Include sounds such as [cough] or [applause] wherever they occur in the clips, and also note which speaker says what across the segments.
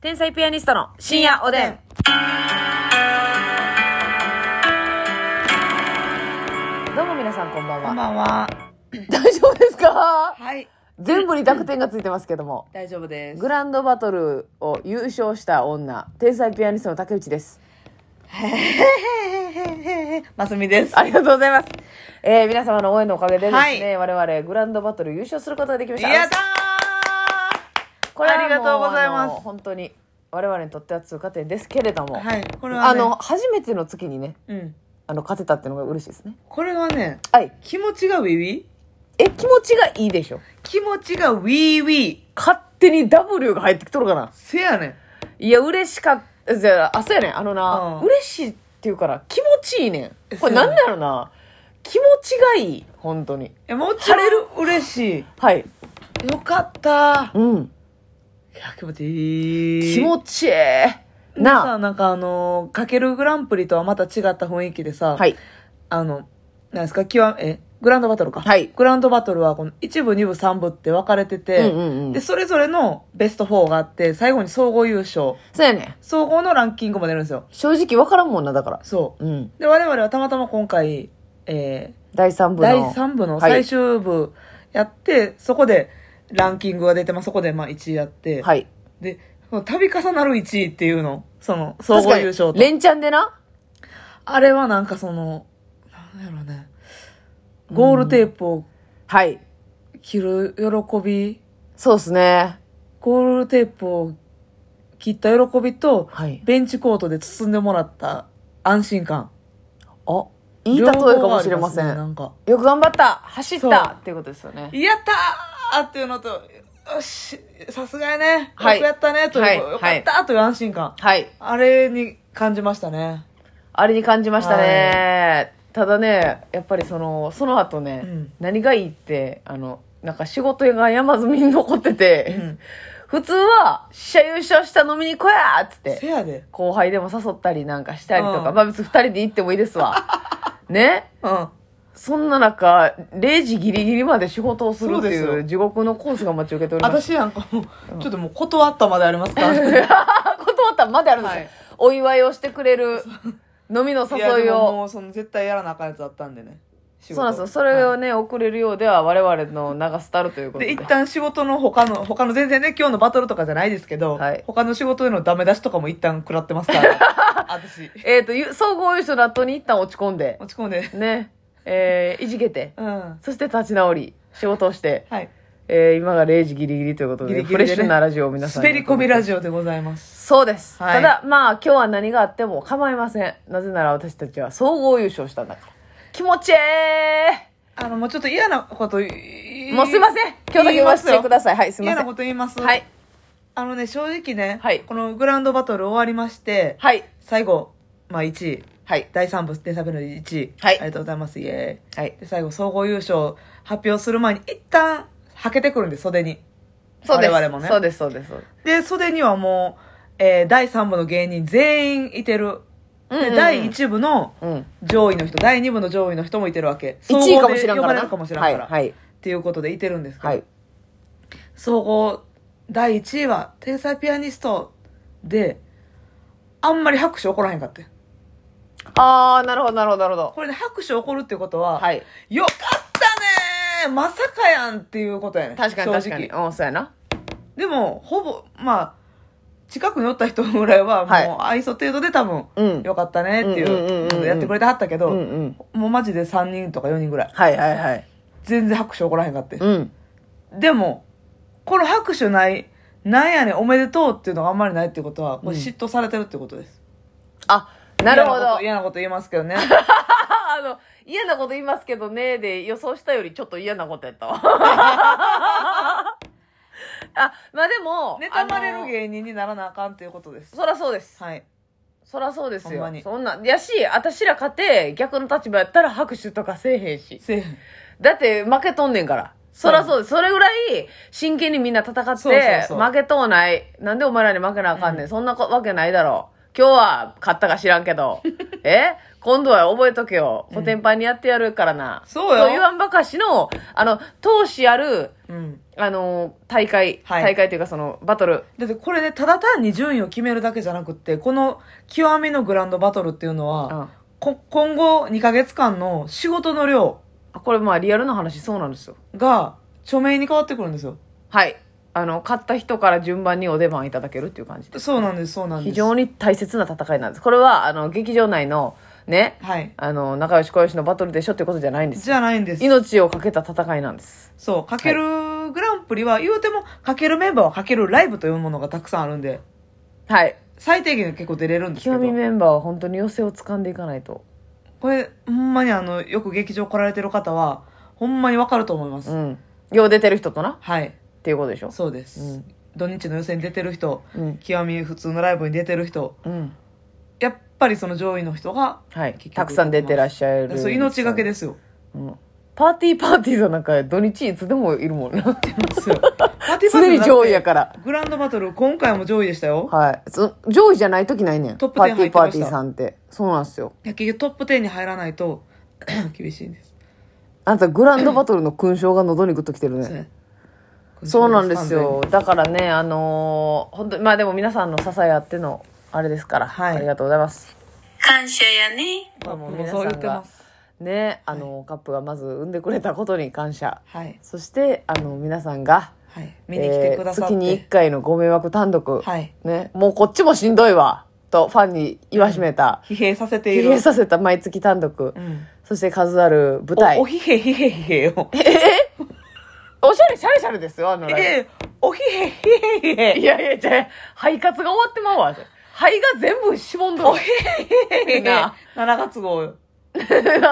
Speaker 1: 天才ピアニストの深夜おでん。どうも皆さんこんばん
Speaker 2: こ
Speaker 1: は。
Speaker 2: んばんは。
Speaker 1: 大丈夫ですか
Speaker 2: はい。
Speaker 1: 全部に濁点がついてますけども。
Speaker 2: 大丈夫です。 [laughs]
Speaker 1: グランドバトルを優勝した女、天才ピアニストの竹内です。
Speaker 2: ますみです。
Speaker 1: ありがとうございます。えー皆様の応援のおかげでですね、我々グランドバトル優勝することができました。
Speaker 2: やった
Speaker 1: これはも
Speaker 2: ありがとうございます
Speaker 1: あの本当に我々にとっては通過点ですけれども、
Speaker 2: ーはい。これは、ね、
Speaker 1: あの、初めての月にね、
Speaker 2: うん。
Speaker 1: あの勝てたっていうのが嬉しいですね。
Speaker 2: これはね、
Speaker 1: はい。
Speaker 2: 気持ちがウィウィ
Speaker 1: え、気持ちがいいでしょ。
Speaker 2: 気持ちがウィウィ
Speaker 1: 勝手に W が入ってきとるかな。
Speaker 2: せやねん。
Speaker 1: いや、嬉しかった。じゃあ、あ、そうやねん。あのな、
Speaker 2: うん
Speaker 1: 嬉しいっていうから気持ちいいねん。これなんだろうな。気持ちがいい。本当に。
Speaker 2: え、もちろん。れる嬉し
Speaker 1: はい。 [laughs]
Speaker 2: い。よかった
Speaker 1: うん。
Speaker 2: いや、気持ちいい。
Speaker 1: 気持ちいい。
Speaker 2: さ
Speaker 1: な
Speaker 2: なんかあのー、かけるグランプリとはまた違った雰囲気でさ、
Speaker 1: あ。はい。
Speaker 2: あの、なんですか、極め、え、グランドバトルか。
Speaker 1: はい
Speaker 2: グランドバトルは、この1部、2部、3部って分かれてて、
Speaker 1: うんうんうん
Speaker 2: で、それぞれのベスト4があって、最後に総合優勝。
Speaker 1: そうやねん。
Speaker 2: 総合のランキングも出るんですよ。
Speaker 1: 正直わからんもんな、だから。
Speaker 2: そう。
Speaker 1: うん。
Speaker 2: で、我々はたまたま今回、え
Speaker 1: 第3
Speaker 2: ー
Speaker 1: 部の。
Speaker 2: 第3部の最終部やって、そこでランキングが出て、まあ、そこでまあ1位やって、
Speaker 1: はい。
Speaker 2: で、その度重なる1位っていうの、その、総合優勝と。
Speaker 1: 連チャンでな。
Speaker 2: あれはなんかその、なんやろうね、ゴールテープを、
Speaker 1: はい。
Speaker 2: 着る喜び、
Speaker 1: そうですね。
Speaker 2: ゴールテープを切った喜びと、
Speaker 1: はい。
Speaker 2: ベンチコートで包んでもらった安心感。
Speaker 1: あ、いい例え
Speaker 2: 両
Speaker 1: か
Speaker 2: 方あり
Speaker 1: も
Speaker 2: ます
Speaker 1: し
Speaker 2: ね
Speaker 1: れません。
Speaker 2: なんか、
Speaker 1: よく頑張った走っ
Speaker 2: そう
Speaker 1: たっていうことですよね。
Speaker 2: やったーっていうのと、よし、さすがやね、
Speaker 1: はい
Speaker 2: よくやったねという、
Speaker 1: はい
Speaker 2: よかったという安心感。
Speaker 1: はい。
Speaker 2: あれに感じましたね。
Speaker 1: あれに感じましたね。ただね、やっぱりその、その後ね、
Speaker 2: うん
Speaker 1: 何がいいって、あの、なんか仕事が山積みに残ってて、
Speaker 2: うん
Speaker 1: [laughs] 普通は、試合優勝した飲みに行こうやっつっ
Speaker 2: せ
Speaker 1: て、
Speaker 2: やで。
Speaker 1: 後輩でも誘ったりなんかしたりとか、
Speaker 2: うん
Speaker 1: まあ別に二人で行ってもいいです
Speaker 2: [laughs]
Speaker 1: わ。ね
Speaker 2: うん。
Speaker 1: そんな中、0時ギリギリまで仕事をするって
Speaker 2: そう
Speaker 1: い
Speaker 2: で
Speaker 1: う
Speaker 2: す
Speaker 1: 地獄のコースが待ち受けております。
Speaker 2: 私なんかもう、ちょっともう断ったまでありま
Speaker 1: [laughs]
Speaker 2: すから。い
Speaker 1: あ断ったらまであるんですよ、
Speaker 2: はい
Speaker 1: お祝いをしてくれる飲みの
Speaker 2: や
Speaker 1: 誘い
Speaker 2: でも
Speaker 1: を
Speaker 2: もうその絶対やらなあかんやつあったんでね。仕
Speaker 1: そうなん
Speaker 2: 事
Speaker 1: ですよそれをね、送れるようでは我々の名が廃るということ
Speaker 2: で、
Speaker 1: で
Speaker 2: 一旦仕事の他の、他の全然ね、今日のバトルとかじゃないですけど、
Speaker 1: はい
Speaker 2: 他の仕事へのダメ出しとかも一旦食らってますから、
Speaker 1: [laughs]
Speaker 2: 私、
Speaker 1: えっ、とゆ総合優勝の後に一旦落ち込んで
Speaker 2: 落ち込んで。
Speaker 1: ねえーいじけて
Speaker 2: うん。は
Speaker 1: そして立ち直り仕事をして、
Speaker 2: い。
Speaker 1: えー今が0時ギリギリということで
Speaker 2: ギリギ
Speaker 1: フ
Speaker 2: リでね
Speaker 1: レッシュなラジオを皆さんに
Speaker 2: 滑り込みラジオでございます。
Speaker 1: そうです、
Speaker 2: はい
Speaker 1: ただまあ今日は何があっても構いませんなぜなら私たちは総合優勝したんだから気持ちえ
Speaker 2: あの、もうちょっと嫌なこと言
Speaker 1: え
Speaker 2: い
Speaker 1: もうすいません今日だけ言わせてくださいはいすいま
Speaker 2: 嫌
Speaker 1: せ
Speaker 2: なんこと言います。
Speaker 1: はい。
Speaker 2: あのね、正直ね、
Speaker 1: はい
Speaker 2: このグランドバトル終わりまして、
Speaker 1: はい
Speaker 2: 最後、まあ1位、
Speaker 1: はい。
Speaker 2: 第3部、デサベの1位、
Speaker 1: はい
Speaker 2: ありがとうございます、イエーイ。
Speaker 1: はい。
Speaker 2: で、最後、総合優勝発表する前に、一旦、はけてくるんで、袖に。
Speaker 1: そうです。
Speaker 2: 我々もね
Speaker 1: そうです、そうです。そうです
Speaker 2: で、袖にはもう、えー第3部の芸人全員いてる。で
Speaker 1: うんうんうん
Speaker 2: 第1部の
Speaker 1: うん。
Speaker 2: 上位の人、第2部の上位の人もいてるわけ。
Speaker 1: 1位かもしれんか
Speaker 2: 総合で呼ば
Speaker 1: ら
Speaker 2: れ
Speaker 1: な。
Speaker 2: るかもしれんから。
Speaker 1: はい。はい。
Speaker 2: っていうことでいてるんですけど、
Speaker 1: はい。
Speaker 2: 総合第1位は天才ピアニストで、あんまり拍手起こらへんかって。
Speaker 1: あー、なるほど、なるほど、なるほど。
Speaker 2: これで拍手起こるってことは、
Speaker 1: はい。
Speaker 2: よかったねーまさかやんっていうことやね。
Speaker 1: 確かに、確かに。
Speaker 2: 正直
Speaker 1: うん、そうやな。
Speaker 2: でも、ほぼ、まあ、近くにおった人ぐらいは、
Speaker 1: はい
Speaker 2: もう愛想程度で多分、
Speaker 1: うん。
Speaker 2: よかったねってい
Speaker 1: うんうんうんうんうん
Speaker 2: う、やってくれてはったけ
Speaker 1: う
Speaker 2: ど、
Speaker 1: んうん。
Speaker 2: もうマジで3人とか4人ぐらい。
Speaker 1: はい、はい、はい。
Speaker 2: 全然拍手起こらへんかって。
Speaker 1: うん。
Speaker 2: でも、この拍手ない、なんやねん、おめでとうっていうのがあんまりないってことは、これ嫉妬されてるってことです。
Speaker 1: あ、なるほ
Speaker 2: 嫌なこ
Speaker 1: ど
Speaker 2: と。嫌なこと言います
Speaker 1: [laughs]
Speaker 2: けどね。
Speaker 1: あの、嫌なこと言いますけどね、で、予想したよりちょっと嫌なことやった
Speaker 2: [laughs]
Speaker 1: わ。あ、まあでも、
Speaker 2: 妬まれ
Speaker 1: あ
Speaker 2: る
Speaker 1: の
Speaker 2: 芸人にならなあかんっていうことです。
Speaker 1: そらそうです。
Speaker 2: はい。
Speaker 1: そらそうです
Speaker 2: ほん
Speaker 1: よ
Speaker 2: ま。に
Speaker 1: そんな、やし、私ら勝て、逆の立場やったら拍手とかせえへんし。
Speaker 2: せえ
Speaker 1: だって負けとんねんから。そらそうです。それぐらい真剣にみんな戦って、
Speaker 2: そうそうそう
Speaker 1: 負けとうない。なんでお前らに負けなあかんねん。そんなわけないだろう。今日は買ったか知らんけ
Speaker 2: [laughs]
Speaker 1: ど、え今度は覚えとけよ。コテンパンにやってやるからな。
Speaker 2: そうよ
Speaker 1: と言わんばかしの、あの、闘志ある、
Speaker 2: うん。
Speaker 1: あの、大会、
Speaker 2: はい
Speaker 1: 大会というかその、バトル。
Speaker 2: だってこれね、ただ単に順位を決めるだけじゃなくって、この極みのグランドバトルっていうのは、
Speaker 1: うん
Speaker 2: こ今後2ヶ月間の仕事の量
Speaker 1: あこれまあリアルな話そうなんですよ。
Speaker 2: が著名に変わってくるんですよ。
Speaker 1: はい。あの、買った人から順番にお出番いただけるっていう感じで。
Speaker 2: そうなんです、そうなんです。
Speaker 1: 非常に大切な戦いなんです。これは、あの、劇場内の、ね、
Speaker 2: はい。
Speaker 1: あの、仲良し小良しのバトルでしょっていうことじゃないんです。
Speaker 2: じゃないんです。
Speaker 1: 命をかけた戦いなんです。
Speaker 2: そう、かけるグランプリは、言うても、かけるメンバーはかけるライブというものがたくさんあるんで、
Speaker 1: はい。
Speaker 2: 最低限結構出れるんですけ
Speaker 1: 極み
Speaker 2: ど、
Speaker 1: メンバーは本当に寄せを掴んでいかないと。
Speaker 2: これ、ほんまにあの、よく劇場来られてる方は、ほんまにわかると思います。
Speaker 1: うん。よう出てる人とな、っ
Speaker 2: はい。
Speaker 1: ていうことでしょ。
Speaker 2: そうです。
Speaker 1: うん
Speaker 2: 土日の予選に出てる人、
Speaker 1: うん。
Speaker 2: 極み普通のライブに出てる人、
Speaker 1: うん。
Speaker 2: やっぱりその上位の人が、
Speaker 1: はい
Speaker 2: 結。局
Speaker 1: たくさん出てらっしゃる。
Speaker 2: そう、命がけですよ。
Speaker 1: うん。パーティーパーティーさんなんか土日いつでもいるもんな。 [laughs]
Speaker 2: そうよパーティーパーティ
Speaker 1: 常
Speaker 2: ー
Speaker 1: に
Speaker 2: だって
Speaker 1: 上位やから。
Speaker 2: グランドバトル、今回も上位でしたよ。
Speaker 1: はい。そ上位じゃない時ないねん。
Speaker 2: トップ
Speaker 1: パ
Speaker 2: 10
Speaker 1: ーティー
Speaker 2: 入って
Speaker 1: パ
Speaker 2: ま
Speaker 1: ー
Speaker 2: した
Speaker 1: ティーさんって。そうなんですよ。
Speaker 2: いや結局トップ10に入らないと、 [coughs] 厳しいんです。
Speaker 1: あんたグランドバトルの勲章が喉にグッときてる
Speaker 2: そう
Speaker 1: ね。
Speaker 2: ね
Speaker 1: そうなんです。よ。だからね、あのー本当に、まあでも皆さんの支えあっての、あれですから。
Speaker 2: はい
Speaker 1: ありがとうございます。
Speaker 3: 感謝やね。
Speaker 1: まあもう
Speaker 2: 僕も
Speaker 1: 皆
Speaker 2: そう
Speaker 1: さ
Speaker 2: 言
Speaker 1: ん
Speaker 2: って
Speaker 1: が
Speaker 2: ま、す。
Speaker 1: ね、あのーカップがまず産んでくれたことに感謝。
Speaker 2: はい。
Speaker 1: そして、あの、皆さんが、
Speaker 2: はい。見に来てくださって。
Speaker 1: えー月に1回のご迷惑単独、
Speaker 2: はい。
Speaker 1: ね、もうこっちもしんどいわ、とファンに言わしめた、
Speaker 2: 疲弊させてい
Speaker 1: 疲
Speaker 2: る。
Speaker 1: 弊させた毎月単独、
Speaker 2: うん。
Speaker 1: そして数ある舞
Speaker 2: お、
Speaker 1: 台。
Speaker 2: お疲弊、疲弊、疲弊よ。
Speaker 1: おしゃれ、シャレシャレですよ、あのライ
Speaker 2: ええ、お疲弊、疲弊、
Speaker 1: ブ。
Speaker 2: 疲弊。
Speaker 1: いやいや、じゃあ肺活が終わってまうわ。肺が全部しぼんどる。な [laughs]
Speaker 2: 7月号よ。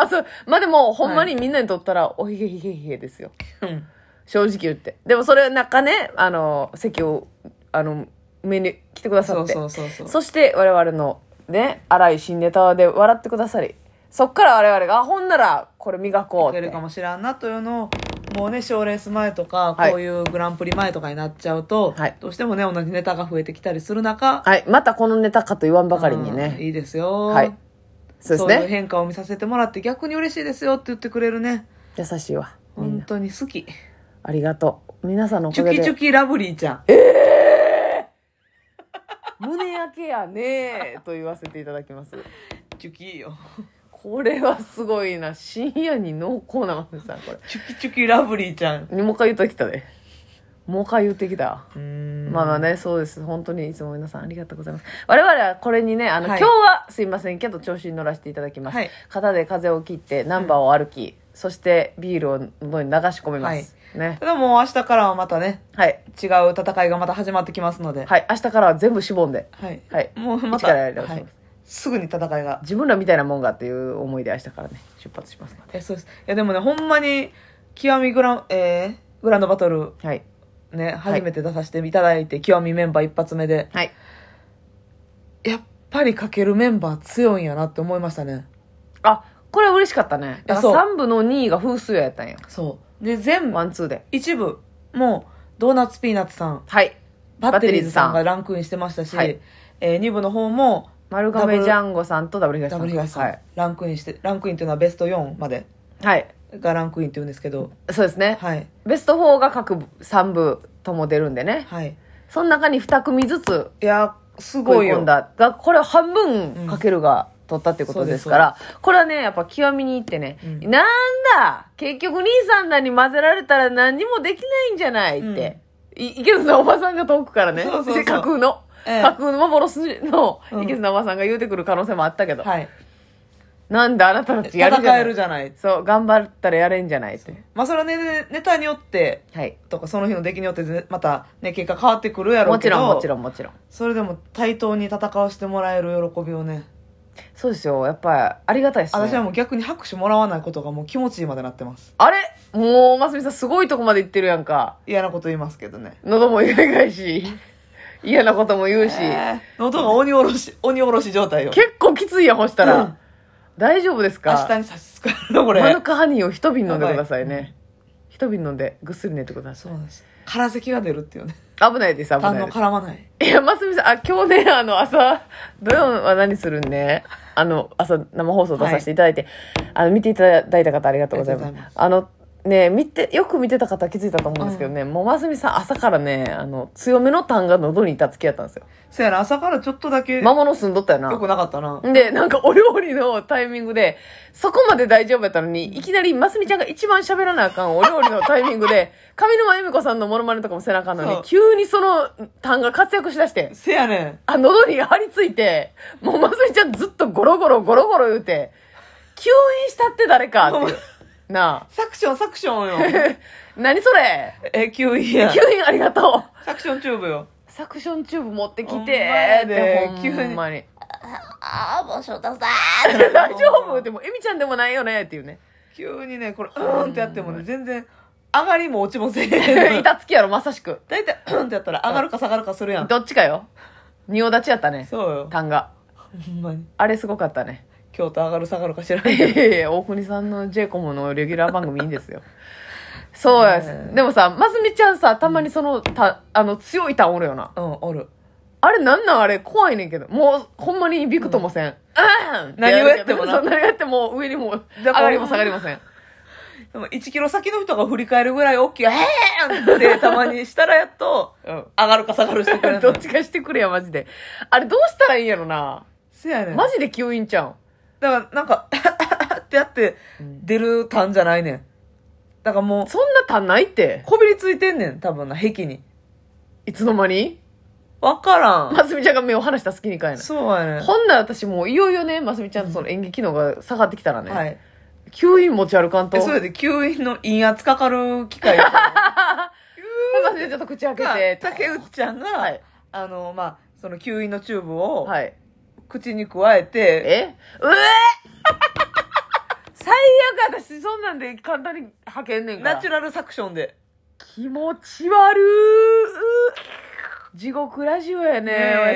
Speaker 1: あそうまあでも、ほんまにみんなにとったら、おひげひげひげですよ。
Speaker 2: うん。
Speaker 1: 正直言って。でもそれ、なんかね、あの、席を、あの、目に来てくださ
Speaker 2: そ
Speaker 1: っ
Speaker 2: う
Speaker 1: て。
Speaker 2: そうそうそう。
Speaker 1: そして、我々の、ね、荒い新ネタで笑ってくださり、そっから我々が、あほんなら、これ磨こう
Speaker 2: 出
Speaker 1: って
Speaker 2: る。かもしらんなというのを、もうね、賞レース前とか、
Speaker 1: はい
Speaker 2: こういうグランプリ前とかになっちゃうと、
Speaker 1: はい
Speaker 2: どうしてもね、同じネタが増えてきたりする中、
Speaker 1: はい。またこのネタかと言わんばかりに
Speaker 2: うん
Speaker 1: ね。
Speaker 2: いいですよ。
Speaker 1: はい。そうです
Speaker 2: そういう
Speaker 1: ね。
Speaker 2: 変化を見させてもらって逆に嬉しいですよって言ってくれるね。
Speaker 1: 優しいわ。みん
Speaker 2: 本
Speaker 1: な。
Speaker 2: 当に好き。
Speaker 1: ありがとう。皆さんのお
Speaker 2: チ
Speaker 1: か
Speaker 2: ュ
Speaker 1: げ
Speaker 2: キチ
Speaker 1: で
Speaker 2: ュ。キラブリーちゃん。
Speaker 1: 胸焼けやねーと言わせていただきます。
Speaker 2: チュキよ。
Speaker 1: これはすごいな。深夜に濃厚なマネさん、これ。
Speaker 2: チュキチュキラブリーちゃん。
Speaker 1: もう一回言ってきたで。もう一回言ってきた。
Speaker 2: うん
Speaker 1: まあまあね、そうです。本当にいつも皆さんありがとうございます。我々はこれにね、あの、
Speaker 2: はい
Speaker 1: 今日はすいませんけど、調子に乗らせていただきます。
Speaker 2: はい
Speaker 1: 肩で風を切って、ナンバーを歩き、そしてビールを喉に流し込みます。ね。
Speaker 2: ただもう明日からはまたね、
Speaker 1: はい。
Speaker 2: 違う戦いがまた始まってきますので。はい。
Speaker 1: はい。明日からは全部しぼんで。はい
Speaker 2: もうま
Speaker 1: 一か
Speaker 2: た、
Speaker 1: らやり直します
Speaker 2: はいすぐに戦いが。
Speaker 1: 自分らみたいなもんがっていう思いで明日からね、出発しますので。
Speaker 2: え、そうです。いやでもね、ほんまに、極みグラン、えーグランドバトル
Speaker 1: はい。
Speaker 2: ね、初めて出させていただいて、極みメンバー一発目で、
Speaker 1: はい。
Speaker 2: やっぱりかけるメンバー強いんやなって思いましたね。
Speaker 1: あ、これは嬉しかったね。
Speaker 2: いや
Speaker 1: だか
Speaker 2: そう
Speaker 1: ら3部の2位が風水屋やったんや。
Speaker 2: そう。で、全部
Speaker 1: ワ、ンツーで。
Speaker 2: 一部、もう、ドーナツピーナッツさん、
Speaker 1: はい。
Speaker 2: バッテリーズさん
Speaker 1: バッテリーズさ
Speaker 2: が
Speaker 1: ん
Speaker 2: ランクインしてましたし、
Speaker 1: はい
Speaker 2: えー、2部の方も、
Speaker 1: 丸亀ジャンゴさんとダブル東さ
Speaker 2: ダ
Speaker 1: ん。
Speaker 2: ブル東さん、
Speaker 1: はい。
Speaker 2: ランクインして、ランクインっていうのはベスト4まで
Speaker 1: はい。
Speaker 2: がランクインって言うんですけど、
Speaker 1: そうですね。
Speaker 2: はい、
Speaker 1: ベスト4が各3部とも出るんでね。
Speaker 2: はい。
Speaker 1: その中に2組ずつ
Speaker 2: いや、すご
Speaker 1: 食
Speaker 2: い
Speaker 1: い込
Speaker 2: よ
Speaker 1: ん。だ。が、これ半分かけるが取ったっていうことですから、これはね、やっぱ極みに行ってね、
Speaker 2: うん
Speaker 1: なんだ結局兄さんらに混ぜられたら何にもできないんじゃないって。い池津のおばさんが遠くからね、
Speaker 2: そうそうそう
Speaker 1: 架空の、
Speaker 2: ええ
Speaker 1: 架空の幻の
Speaker 2: うん
Speaker 1: 池津のおばさんが言うてくる可能性もあったけど、
Speaker 2: はい。
Speaker 1: なんだあなたたちやるじゃ
Speaker 2: 戦
Speaker 1: な
Speaker 2: え
Speaker 1: い
Speaker 2: るじゃない。
Speaker 1: そう、頑張ったらやれんじゃないって。
Speaker 2: まあ、それはね、ネタによって、
Speaker 1: はい。
Speaker 2: とか、その日の出来によってね、またね、結果変わってくるやろ
Speaker 1: も
Speaker 2: うけ
Speaker 1: ち
Speaker 2: ど、
Speaker 1: ろん、もちろん、もちろん。
Speaker 2: それでも対等に戦わせてもらえる喜びをね、
Speaker 1: そうですよ。やっぱり、ありがたいですね。
Speaker 2: 私はもう逆に拍手もらわないことがもう気持ちいいまでなってます。
Speaker 1: あれもう、ますみさん、すごいとこまで行ってるやんか。
Speaker 2: 嫌なこと言いますけどね。
Speaker 1: 喉も痛いし、嫌なことも言うし、
Speaker 2: えー喉が鬼おろし、 [laughs] 鬼おろし状態よ。
Speaker 1: 結構きついやん、ほしたら。
Speaker 2: うん
Speaker 1: 大丈夫です
Speaker 2: 明日
Speaker 1: か
Speaker 2: に差し支えるの、 [laughs] これ。
Speaker 1: マヌカハニーを一瓶飲んでくださいね。一瓶飲んで、ぐっすり寝てください。
Speaker 2: そうなんです。空咳が出るっていうね。
Speaker 1: 危ないです、危
Speaker 2: あ
Speaker 1: ない
Speaker 2: の
Speaker 1: です。
Speaker 2: 絡まない
Speaker 1: いや、ますみさん、あ、今日ね、あの、朝、 [laughs] 土曜は何するんね。あの、朝、生放送出させていただいて、あの、見ていただいた方ありがとうございます。
Speaker 2: あ
Speaker 1: あ
Speaker 2: りがとう
Speaker 1: の、ね、見て、よく見てた方は気づいたと思うんですけどね、もうますみさん、朝からね、あの、強めの痰が喉にいたつきやったんですよ。
Speaker 2: そやな朝からちょっとだけ
Speaker 1: 魔物住んどったよ
Speaker 2: よく
Speaker 1: な。
Speaker 2: なかったなん
Speaker 1: で、なんかお料理のタイミングで、そこまで大丈夫やったのに、いきなり、ますみちゃんが一番喋らなあかんお料理のタイミング
Speaker 2: [laughs]
Speaker 1: で、上沼恵美子さんのモノマネとかもせなあかんの
Speaker 2: そ
Speaker 1: に
Speaker 2: う、
Speaker 1: 急にその痰が活躍しだして。
Speaker 2: せやねん
Speaker 1: あ、喉に張り付いて、もうまつりちゃんずっとゴロゴロゴロゴロ言うて、吸引したって誰かっていう。な
Speaker 2: サクションサクションよ [laughs]
Speaker 1: あ。 [laughs] 何それ
Speaker 2: え吸引や
Speaker 1: 吸引ありがとう。
Speaker 2: サクションチューブよ
Speaker 1: サクションチューブ持ってき
Speaker 2: ほんま
Speaker 1: て
Speaker 2: や
Speaker 1: っ
Speaker 2: で
Speaker 1: て、ほんまに。
Speaker 3: ああ、もう翔太さん。
Speaker 1: [laughs] 大丈夫でも、エミちゃんでもないよねっていうね。
Speaker 2: 急にねこれうーんってやってもね全然上がりも落ちもせえ [laughs] へん
Speaker 1: [laughs] 板つきやろ、まさしく。
Speaker 2: 大体うーんってやったら上がるか下がるかするやん
Speaker 1: どっちかよ。仁王立ちやったね。
Speaker 2: そうよ
Speaker 1: 単が。
Speaker 2: ほんまに
Speaker 1: あれすごかったね。
Speaker 2: 京都上がる下がるか知ら
Speaker 1: [laughs]
Speaker 2: ん
Speaker 1: い
Speaker 2: けど
Speaker 1: やいやいや大国さんの J コムのレギュラー番組いいんですよ。そうや、
Speaker 2: ねえ
Speaker 1: でもさ、ますみちゃんさ、たまにその、た、あの、強いタンおるよな。
Speaker 2: うんおる
Speaker 1: あれなんなんあれ怖いねんけど。もう、ほんまにビクともせん。うん、
Speaker 2: 何をやってもな
Speaker 1: そう何をやっても上にも、
Speaker 2: だ
Speaker 1: 上
Speaker 2: から
Speaker 1: がりも下がりません。
Speaker 2: でも1キロ先の人が振り返るぐらい大きい「へーん!」ってたまにしたらやっと
Speaker 1: うん。
Speaker 2: 上がるか下がるしてくれ
Speaker 1: [laughs]
Speaker 2: る
Speaker 1: どっちかしてくれや、マジで。あれどうしたらいいんやろな。
Speaker 2: せやねん
Speaker 1: マジで吸引ちゃうん。
Speaker 2: だからなんか [laughs] ってやって出るたんじゃないねんだからもう
Speaker 1: そんなタンないって。
Speaker 2: こびりついてんねん多分な壁に
Speaker 1: いつの間に
Speaker 2: わ
Speaker 1: [laughs]
Speaker 2: からん
Speaker 1: ますみちゃんが目を離した隙にかいな。
Speaker 2: そうやねん
Speaker 1: ほんなら私もういよいよね、ますみちゃんのその演技機能が下がってきたらね。
Speaker 2: はい
Speaker 1: 吸引持ち歩かんと。
Speaker 2: えそれで吸引の陰圧かかる機械
Speaker 1: [laughs]
Speaker 2: が
Speaker 1: まあまあちょっと口開けて。
Speaker 2: 竹内ちゃんが、
Speaker 1: はい
Speaker 2: あのまあその吸引のチューブを
Speaker 1: はい。
Speaker 2: 口に加えて、
Speaker 1: えうえ [laughs] 最悪私そんなんで簡単に吐けんねんから。
Speaker 2: ナチュラルサクションで
Speaker 1: 気持ち悪い。地獄ラジオやね。
Speaker 2: ねえ